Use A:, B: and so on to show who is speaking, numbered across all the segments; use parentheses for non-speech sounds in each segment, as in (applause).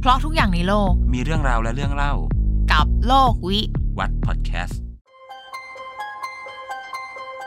A: เพราะทุกอย่างในโลก
B: มีเรื่องราวและเรื่องเล่า
A: กับโลกวิ
B: วัดพอดแคสต์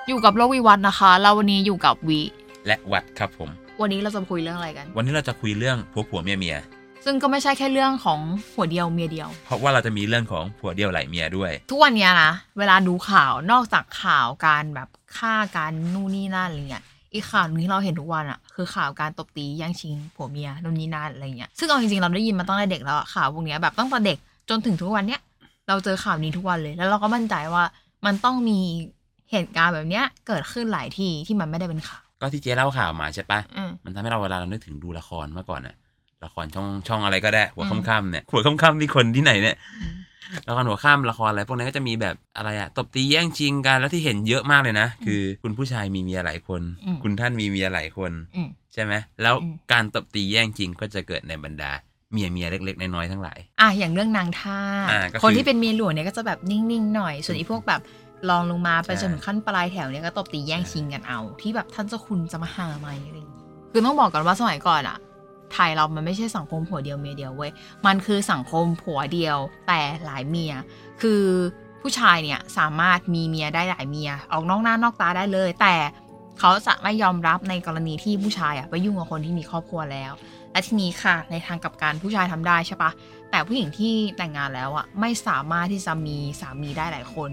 A: อยู่กับโลกวิวัฒน์นะคะแล้ววันนี้อยู่กับวิ
B: และวัดครับผม
A: วันนี้เราจะมาคุยเรื่องอะไรกัน
B: วันนี้เราจะคุยเรื่องผัวผัวเมียเมีย
A: ซึ่งก็ไม่ใช่แค่เรื่องของหัวเดียวเมียเดียว
B: เพราะว่าเราจะมีเรื่องของผัวเดียวไหลายเมียด้วย
A: ทุกวันเนี้ยนะเวลาดูข่าวนอกจากข่าวการแบบฆ่าการนู่นนี่นั่นอะไรเงี้ยอีกข่าวหนึงที่เราเห็นทุกวันอะคือข่าวการตบตีแย่งชิงผัวเมียนู่นนี่นั่นอะไรเงี้ยซึ่งเอาจริงๆเราได้ยินมาตั้งแต่เด็กแล้วอะข่าวพวกเนี้ยแบบตั้งแต่เด็กจนถึงทุกวันเนี้ยเราเจอข่าวนี้ทุกวันเลย แล้วเราก็มั่นใจว่ามันต้องมีเหตุการณ์แบบเนี้ยเกิดขึ้นหลายที่ที่มันไม่ได้เป็นข่าว
B: ก็ที่เจ๊เล่าข่าวมาใช่ปะ
A: อืม
B: มันทำให้เราเวลาเรานึกถึงดูละครเมื่อก่อนอะละครช่องช่องอะไรก็ได้ หัว
A: อืม
B: ค่ำๆเนี่ยหัวค่ำๆนี่คนที่ไหนเนี่ย (laughs) ละครหัวข้ามละครอะไรพวกนั้นก็จะมีแบบอะไรอะตบตีแย่งชิงกันแล้วที่เห็นเยอะมากเลยนะ คือคุณผู้ชายมีเมียหลายคน
A: อืม
B: คุณท่านมีเมียหลายคน
A: อืม
B: ใช่ไหมแล้ว
A: อืม
B: การตบตีแย่งชิงก็จะเกิดในบรรดาเมียเมียๆเล็ก ๆ น้อยๆทั้งหลาย
A: อ่ะอย่างเรื่องนางท่าส
B: อ่าก็คือ
A: คนที่เป็นเมียหลวงเนี่ยก็จะแบบนิ่งๆหน่อย ส่วนไอีพวกแบบลองลงมาไป
B: ใช่
A: จนถึงขั้นปลายแถวเนี่ยก็ตบตีแย่งชิงกันเอา ที่แบบท่านเจ้าคุณจะมาหาไหมอะไรอย่างงี้คือต้องบอกก่อนว่าสมัยก่อนอะไทยเรามันไม่ใช่สังคมผัวเดียวเมียเดียวเว้ยมันคือสังคมผัวเดียวแต่หลายเมีย คือผู้ชายเนี่ยสามารถมีเมียได้หลายเมีย ออกนอกหน้านอกตาได้เลย แต่เขาจะไม่ยอมรับในกรณีที่ผู้ชายอะไปยุ่งกับคนที่มีครอบครัวแล้ว และทีนี้ค่ะ ในทางกลับการผู้ชายทำได้ใช่ปะ แต่ผู้หญิงที่แต่งงานแล้วอ่ะไม่สามารถที่จะมีสามีได้หลายคน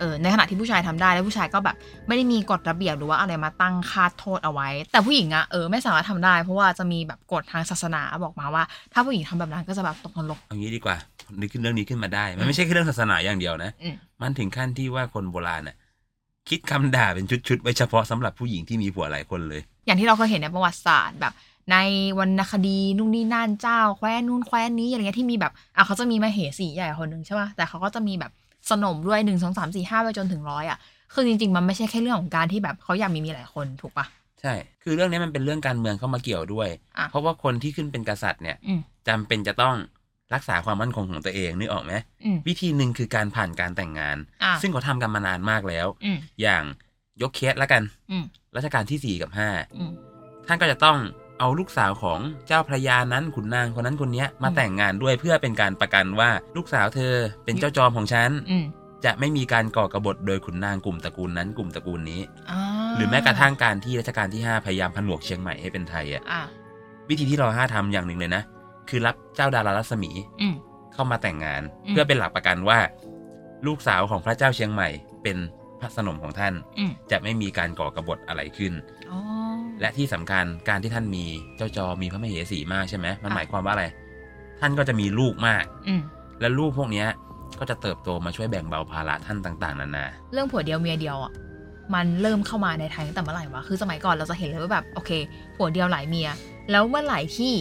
A: เออในขณะที่ผู้ชายทำได้แล้วผู้ชายก็แบบไม่ได้มีกฎระเบียบหรือว่าอะไรมาตั้งคาดโทษเอาไว้ แต่ผู้หญิงอ่ะเออไม่สามารถทำได้ เพราะว่าจะมีแบบกฎทางศาสนาบอกมาว่า ถ้าผู้หญิงทำแบบนั้นก็จะแบบตกนรก
B: เอางี้ดีกว่านึกขึ้นเรื่องนี้ขึ้นมาได้ มันไม่ใช่แค่เรื่องศาสนาอย่างเดียวนะ
A: อืม
B: มันถึงขั้นที่ว่าคนโบราณน่ะคิดคำด่าเป็นชุดๆไว้เฉพาะสำหรับผู้หญิงที่มีผัวหลายคนเลย
A: อย่างที่เราเคยเห็นในประวัติศาสตร์แบบ ในวรรณคดีนู่นนี่นั่นเจ้าแคว้นนู่นแคว้นนี้อะไรเงี้ยที่มีแบบอ่ะเขาจะมีมาเหสีใหญ่คนหนึ่งใช่ป่ะแต่เขาก็จะมีแบบสนมด้วยหนึ่งสองสามสี่ห้าไปจนถึงร้อยอ่ะคือจริงๆ มันไม่ใช่แค่เรื่องของการที่แบบเขาอยากมีเมียหลายคนถูกปะ
B: ใช่ คือเรื่องนี้มันเป็นเรื่องการเมืองเข้ามาเกี่ยวด้วย
A: อ่ะ
B: เพราะว่าคนที่ขึ้นเป็นกษัตริย์เนี่ย
A: อืม
B: จำเป็นจะต้องรักษาความมั่นคงของตัวเองนึกออกไหม
A: อืม
B: วิธีหนึ่งคือการผ่านการแต่งงาน
A: อ่ะ
B: ซึ่งเขาทำกันมานานมากแล้ว
A: อืม
B: อย่างยกเคสละกัน
A: อืม
B: รัชกาลที่สี่กับห้า
A: อืม
B: ท่านก็จะต้องเอาลูกสาวของเจ้าพระยานั้นขุนนางคนนั้นคนเนี้ยมา
A: อืม
B: แต่งงานด้วยเพื่อเป็นการประกันว่าลูกสาวเธอเป็นเจ้าจอมของฉัน
A: อืม
B: จะไม่มีการก่อกบฏโดยขุนนางกลุ่มตระกูลนั้นกลุ่มตระกูลนี้
A: อ่า
B: หรือแม้กระทั่งการที่รัชกาลที่ 5 พยายามผนวกเชียงใหม่ให้เป็นไทยอ่ะ
A: อ่ะ
B: วิธีที่รอห้าทำอย่างหนึ่งเลยนะ คือรับเจ้าดารารัศมี
A: อืม
B: เข้ามาแต่งงาน
A: อืม
B: เพื่อเป็นหลักประกันว่า ลูกสาวของพระเจ้าเชียงใหม่ เป็นพระสนมของท่าน
A: อืม
B: จะไม่มีการก่อกบฏอะไรขึ้น
A: อ๋อ
B: และที่สำคัญการที่ท่านมีเจ้าจอมีพระมเหสีมากใช่ไหมมัน
A: ค่ะ
B: หมายความว่าอะไร ท่านก็จะมีลูกมาก
A: อืม
B: และลูกพวกเนี้ยก็จะเติบโตมาช่วยแบ่งเบาภาระท่านต่าง ๆ นานา
A: เรื่องผัวเดียวเมียเดียวอ่ะมันเริ่มเข้ามาในไทยตั้งแต่เมื่อไหร่วะคือสมัยก่อนเราจะเห็นเลยว่าแบบโอเค ผัวเดียวหลายเมีย แล้วเมื่อไหร่ที่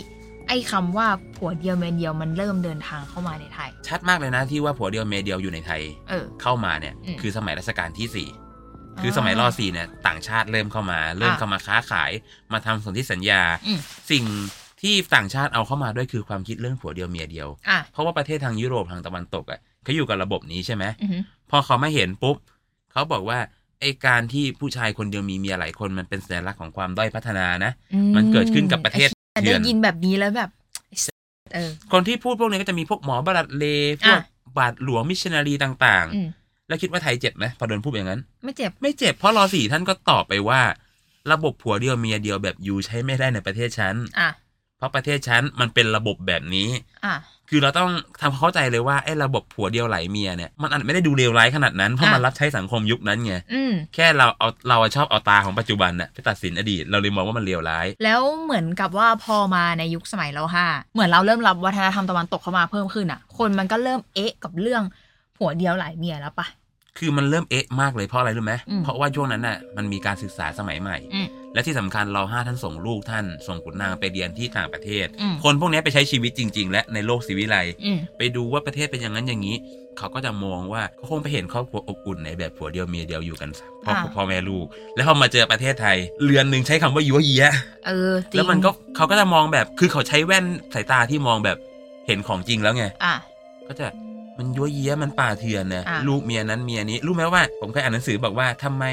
A: ไอ้คำว่าผัวเดียวเมียเดียวมันเริ่มเดินทางเข้ามาในไทย
B: ชัดมากเลยนะที่ว่าผัวเดียวเมียเดียวอยู่ในไทย
A: เออ
B: เข้ามาเนี่ย
A: อืม
B: คือสมัยรัชกาลที่ 4 คือสมัยรอสี่เนี่ยต่างชาติเริ่มเข้ามา เริ่มเข้ามาค้าขาย มาทำสนธิสัญญา
A: อืม
B: สิ่งที่ต่างชาติเอาเข้ามาด้วยคือความคิดเรื่องผัวเดียวเมียเดียว
A: อ่ะ
B: เพราะว่าประเทศทางยุโรปทางตะวันตกอ่ะเขาอยู่กับระบบนี้ใช่ไหม
A: อือหือ
B: พอเขาไม่เห็นปุ๊บ เขาบอกว่าไอการที่ผู้ชายคนเดียวมีเมียหลายคนมันเป็นสัญลักษณ์ของความด้อยพัฒนานะ
A: อื
B: มันเกิดขึ้นกับประเทศ
A: ไอ้
B: เยื
A: หี้ย
B: อน
A: ได้ยินแบบนี้แล้วแบบเออ
B: คนที่พูดพวกนี้ก็จะมีพวกหมอบาลัดเลพวก
A: อ่ะ
B: บาทหลวงมิชชันนารีต่าง
A: อืม
B: ๆ แล้วคิดว่าไทยเจ็บไหมพอโดนพูดอย่างนั้น
A: ไม่เจ็บ
B: ไม่เจ็บเพราะรอสี่ท่านก็ตอบไปว่า ระบบผัวเดียวเมียเดียวแบบยูใช้ไม่ได้ในประเทศฉัน
A: อ่ะ
B: เพราะประเทศฉันมันเป็นระบบแบบนี้
A: อ่ะ
B: คือเราต้องทำความเข้าใจเลยว่าไอ้ระบบผัวเดียวไหลเมียเนี่ยมันอาจไม่ได้ดูเลวร้ายขนาดนั้นเพราะมัน
A: อ่ะ
B: รับใช้สังคมยุคนั้นไง
A: อืม
B: แค่เราเอาเราชอบเอาตาของปัจจุบันน่ะไปตัดสินอดีต เราเลยมองว่ามันเลวร้าย
A: แล้วเหมือนกับว่าพอมาในยุคสมัยเราห้าเหมือนเราเริ่มรับวัฒนธรรมตะวันตกเข้ามาเพิ่มขึ้นอ่ะ คนมันก็เริ่มเอ๊ะกับเรื่องผัวเดียวหลายเมียแล้วปะ
B: คือมันเริ่มเอ๊ะมากเลยเพราะอะไรรู้ไหม
A: อืม
B: เพราะว่าช่วงนั้นน่ะมันมีการศึกษาสมัยใหม่
A: อืม
B: และที่สำคัญเราห้าท่านส่งลูกท่าน ส่งขุนนางไปเรียนที่ต่างประเทศ
A: อืม
B: คนพวกนี้ไปใช้ชีวิตจริง ๆ และในโลกศิวิไลย์
A: อืม
B: ไปดูว่าประเทศเป็นอย่างนั้นอย่างนี้ เขาก็จะมองว่าเขาคงไปเห็นครอบครัวอบอุ่นในแบบผัวเดียวเมียเดียวอยู่กันสามพ่อ
A: ค่ะ
B: พ่อแม่ลูก แล้วพอมาเจอประเทศไทย เรือนหนึ่งใช้คำว่ายัวเยีย
A: เออจริง
B: แล้วมันก็เขาก็จะมองแบบคือเขาใช้แว่นสายตาที่มองแบบเห็นของจริงแล้วไง
A: อ่ะ
B: ก็จะ มันยั่วเยี้ยมันป่าเถื่อนนะ
A: อ่ะ
B: ลูกเมียนั้นเมียนี้รู้ไหมว่าผมเคยอ่านหนังสือบอกว่าทำไม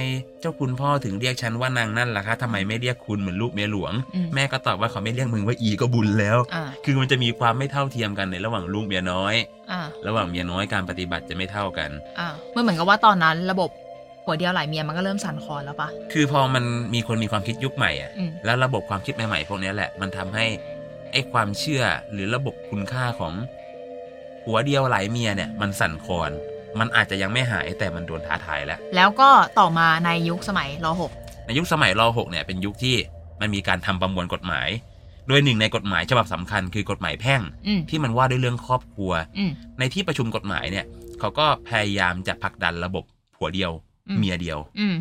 B: เจ้าคุณพ่อถึงเรียกฉันว่านางนั่นล่ะคะทำไมไม่เรียกคุณเหมือนลูกเมียหลวง
A: อืม
B: แม่ก็ตอบว่าเขาไม่เรียกมึงว่าอีก็บุญแล้ว
A: อ่า
B: คือมันจะมีความไม่เท่าเทียมกันในระหว่างลูกเมียน้อย
A: อ่า
B: ระหว่างเมียน้อยการปฏิบัติจะไม่เท่ากัน
A: อ่ามันเหมือนกับว่าตอนนั้นระบบผัวเดียวหลายเมียมันก็เริ่มสั่นคลอนแล้วปะ
B: คือพอมันมีคนมีความคิดยุคใหม่อะ
A: อืม
B: แล้วระบบความคิดใหม่ๆพวกเนี้ยแหละ มันทำให้ไอ้ความเชื่อหรือระบบคุณค่าของหัวเดียวหลายเมียเนี่ย มันสั่นคลอน มันอาจจะยังไม่หายแต่มันโดนท้าทายแล้ว
A: แล้วก็ต่อมาในยุคสมัยรหก
B: ในยุคสมัยรหกเนี่ยเป็นยุคที่มันมีการทำประมวลกฎหมาย โดยหนึ่งในกฎหมายฉบับสำคัญคือกฎหมายแพ่ง
A: อืม
B: ที่มันว่าด้วยเรื่องครอบครัว
A: อืม
B: ในที่ประชุมกฎหมายเนี่ยเขาก็พยายามจะผลักดันระบบผัวเดียว
A: อืม
B: เมียเดียว
A: อืม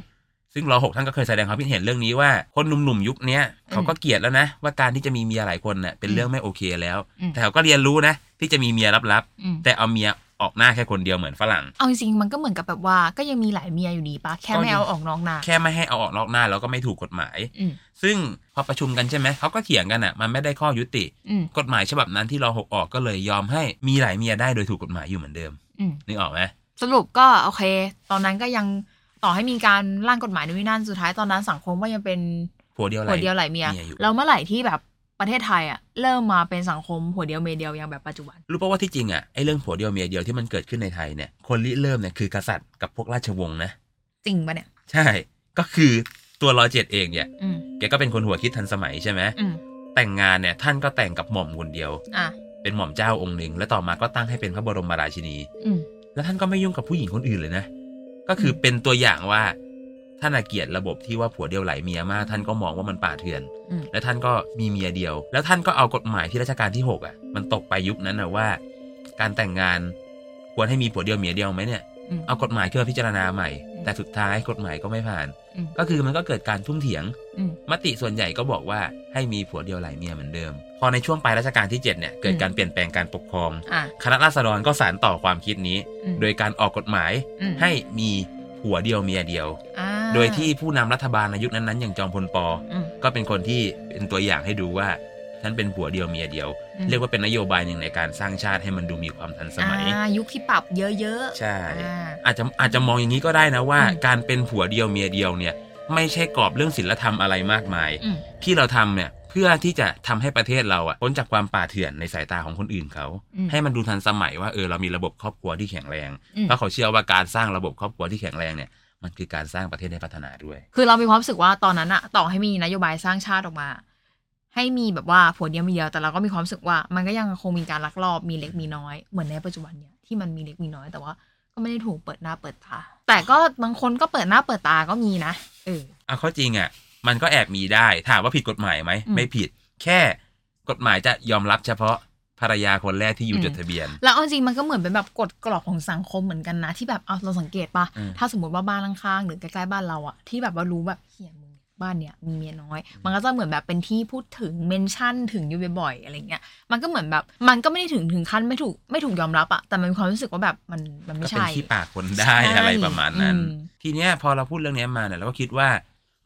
B: ซึ่งรอหกท่านก็เคยแสดงความคิดเห็นเรื่องนี้ว่าคนหนุ่มๆยุคเนี้ยเขาก็เกลียดแล้วนะ ว่าการที่จะมีเมียหลายคนเน่ะเป็นเรื่องไม่โอเคแล้ว
A: อืม
B: แต่เขาก็เรียนรู้นะ ที่จะมีเมียลับ
A: อืม
B: ๆแต่เอาเมียออกหน้าแค่คนเดียวเหมือนฝรั่ง
A: เอาจริงๆมันก็เหมือนกับแบบว่าก็ยังมีหลายเมียอยู่ดีปะแค่ไม่เอาออกนอกนา
B: แค่ไม่ให้เอาออกนอกหน้าแล้วก็ไม่ถูกกฎหมาย
A: อืม
B: ซึ่งพอประชุมกันใช่ไหมเขาก็เถียงกันอ่ะมันไม่ได้ข้อยุติ
A: อืม
B: กฎหมายฉบับนั้นที่รอหกออกก็เลยยอมให้มีหลายเมียได้โดยถูกกฎหมายอยู่เหมือนเดิม
A: อืม
B: นึกออกไหม
A: สรุปก็โอเค ตอนนั้นก็ยังต่อให้มีการร่างกฎหมายนู่นนี่นั่นสุดท้ายตอนนั้นสังคมก็ยังเป็น
B: ผัวเดียวหลาย
A: หัวเดียวหลายเมีย
B: เมียอยู่
A: แล้วเมื่อไหร่ที่แบบประเทศไทยอ่ะเริ่มมาเป็นสังคมหัวเดียวเมียเดียวอย่างแบบปัจจุบัน
B: รู้ป่าว่าที่จริงอ่ะไอ้เรื่องผัวเดียวเมียเดียวที่มันเกิดขึ้นในไทยเนี่ยคนริเริ่มเนี่ยคือกษัตริย์กับพวกราชวงศ์นะ
A: จริงปะเนี่ย
B: ใช่ ก็คือตัวรอเจ็ดเองเนี่ย
A: อืม
B: แกก็เป็นคนหัวคิดทันสมัยใช่ไหม
A: อืม
B: แต่งงานเนี่ยท่านก็แต่งกับหม่อมคนเดียว
A: อ่ะ
B: เป็นหม่อมเจ้าองค์หนึ่ง และต่อมาก็ตั้งให้เป็นพระบรมราชินี
A: อืม
B: แล้วท่านก็ไม่ยุ่งกับผู้หญิงคนอื่นเลยนะ ก็คืออ
A: ม
B: เป็นตัวอย่างว่าท่านอะเกลียดระบบที่ว่าผัวเดียวหลายเมียมาก ท่านก็มองว่ามันป่าเถื่อน
A: อืม
B: และท่านก็มีเมียเดียว แล้วท่านก็เอากฎหมายที่รัชกาลที่หกอ่ะ มันตกไปยุคนั้นนะว่า การแต่งงานควรให้มีผัวเดียวเมียเดียวไหมเนี่ย
A: อืม
B: เอากฎหมายขึ้นมาพิจารณาใหม่
A: อืม
B: แต่สุดท้ายกฎหมายก็ไม่ผ่าน
A: อืม
B: ก็คือมันก็เกิดการทุ่มเถียง
A: อืม
B: มติส่วนใหญ่ก็บอกว่าให้มีผัวเดียวหลายเมียเหมือนเดิม พอในช่วงปลายรัชกาลที่ 7 เนี่ย เกิดการเปลี่ยนแปลงการปกครอง
A: อ่ะ
B: คณะราษฎรก็สานต่อความคิดนี้
A: อืม
B: โดยการออกกฎหมาย
A: อืม
B: ให้มีผัวเดียวเมียเดียว
A: อ่า
B: โดยที่ผู้นำรัฐบาลในยุคนั้นๆอย่างจอมพลปอ
A: อืม
B: ก็เป็นคนที่เป็นตัวอย่างให้ดูว่าท่านเป็นผัวเดียวเมียเดียว
A: อืม
B: เรียกว่าเป็นนโยบายหนึ่งในการสร้างชาติให้มันดูมีความทันสมัย
A: อ่ายุคที่ปรับเยอะๆ
B: ใช่
A: อ่า
B: อาจจะอาจจะมองอย่างนี้ก็ได้นะว่า
A: อืม
B: การเป็นผัวเดียวเมียเดียวเนี่ยไม่ใช่กรอบเรื่องศีลธรรมอะไรมากมาย
A: อืม
B: ที่เราทำเนี่ยเพื่อที่จะทำให้ประเทศเราอะพ้นจากความป่าเถื่อนในสายตาของคนอื่นเขา
A: อืม
B: ให้มันดูทันสมัยว่าเออเรามีระบบครอบครัวที่แข็งแรง
A: อืม
B: เพราะเขาเชื่อว่าการสร้างระบบครอบครัวที่แข็งแรงเนี่ยมันคือการสร้างประเทศให้พัฒนาด้วย
A: คือเรามีความรู้สึกว่าตอนนั้นอะต่อให้มีนโยบายสร้างชาติออกมา ให้มีแบบว่าผัวเดียวเมียเดียวแต่เราก็มีความรู้สึกว่า มันก็ยังคงมีการลักลอบมีเล็กมีน้อย เหมือนในปัจจุบันเนี่ยที่มันมีเล็กมีน้อยแต่ว่าก็ไม่ได้ถูกเปิดหน้าเปิดตา แต่ก็บางคนก็เปิดหน้าเปิดตาก็มีนะเออ
B: เอาเข้าจริงอะ่ะมันก็แอบมีได้ถามว่าผิดกฎหมายไหม
A: อืม
B: ไม่ผิด แค่กฎหมายจะยอมรับเฉพาะภรรยาคนแรกที่อยู่
A: อืม
B: จดทะเบียน
A: แล้วเอาจริงมันก็เหมือนเป็นแบบกฎกรอบของสังคมเหมือนกันนะ ที่แบบเอาเราสังเกตปะ
B: อืม
A: ถ้าสมมติว่าบ้านข้างๆหรือใกล้ๆบ้านเราอะที่แบบว่ารู้แบบเหียมึงบ้านเนี่ยมีเมียน้อย มันก็จะเหมือนแบบเป็นที่พูดถึงเมนชั่นถึงอยู่บ่อยๆอะไรเงี้ยมันก็เหมือนแบบมันก็ไม่ได้ถึงถึงขั้นไม่ถูกไม่ถูกยอมรับอะแต่มันมีความรู้สึกว่าแบบมันมัน
B: ก็
A: ไม่
B: เป็น
A: ใช่
B: ที่ปากคนได้
A: ใช่
B: อะไรประมาณนั้น
A: อืม
B: ทีเนี้ยพอเราพูดเรื่องเนี้ยมาเนี่ยเราก็คิดว่า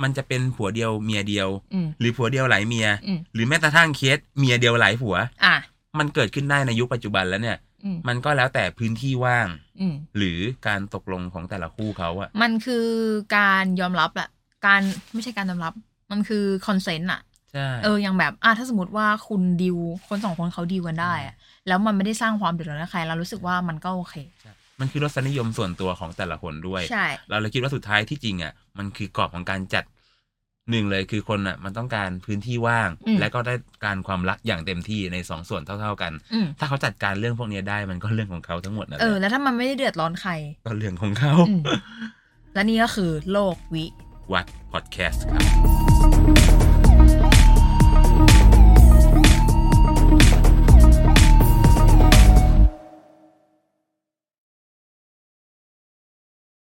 B: มันจะเป็นผัวเดียวเมียเดียว
A: อืม
B: หรือผัวเดียวหลายเมีย
A: อืม
B: หรือแม้กระทั่งเคสเมียเดียวหลายผัว
A: อ่ะ
B: มันเกิดขึ้นได้ในยุคปัจจุบันแล้วเนี่ย
A: อืม
B: มันก็แล้วแต่พื้นที่ว่าง
A: อืม
B: หรือการตกลงของแต่ละคู่เขาอะ
A: มันคือการยอมรับแหละการไม่ใช่การยอมรับ มันคือคอนเซนต์อะ
B: ใช่
A: เอออย่างแบบอ่ะถ้าสมมติว่าคุณดิวคนสองคนเขาดิวกันได้อะแล้วมันไม่ได้สร้างความเดือดร้อนให้ใครเรารู้สึกว่ามันก็โอเค
B: มันคือรสนิยมส่วนตัวของแต่ละคนด้วย
A: ใช่
B: เราเลยคิดว่าสุดท้ายที่จริงอ่ะมันคือกรอบของการจัดหนึ่งเลยคือคนอ่ะ มันต้องการพื้นที่ว่าง
A: อืม
B: และก็ได้การความรักอย่างเต็มที่ในสองส่วนเท่า ๆกัน
A: อืม
B: ถ้าเขาจัดการเรื่องพวกเนี้ยได้มันก็เรื่องของเขาทั้งหมดนั่นแห
A: เออ
B: ละ
A: แล้วถ้ามันไม่ได้เดือดร้อนใคร
B: ก็เรื่องของเขา
A: อืม และนี่ก็คือโลกวิ
B: วัดพอดแคสต์ครับ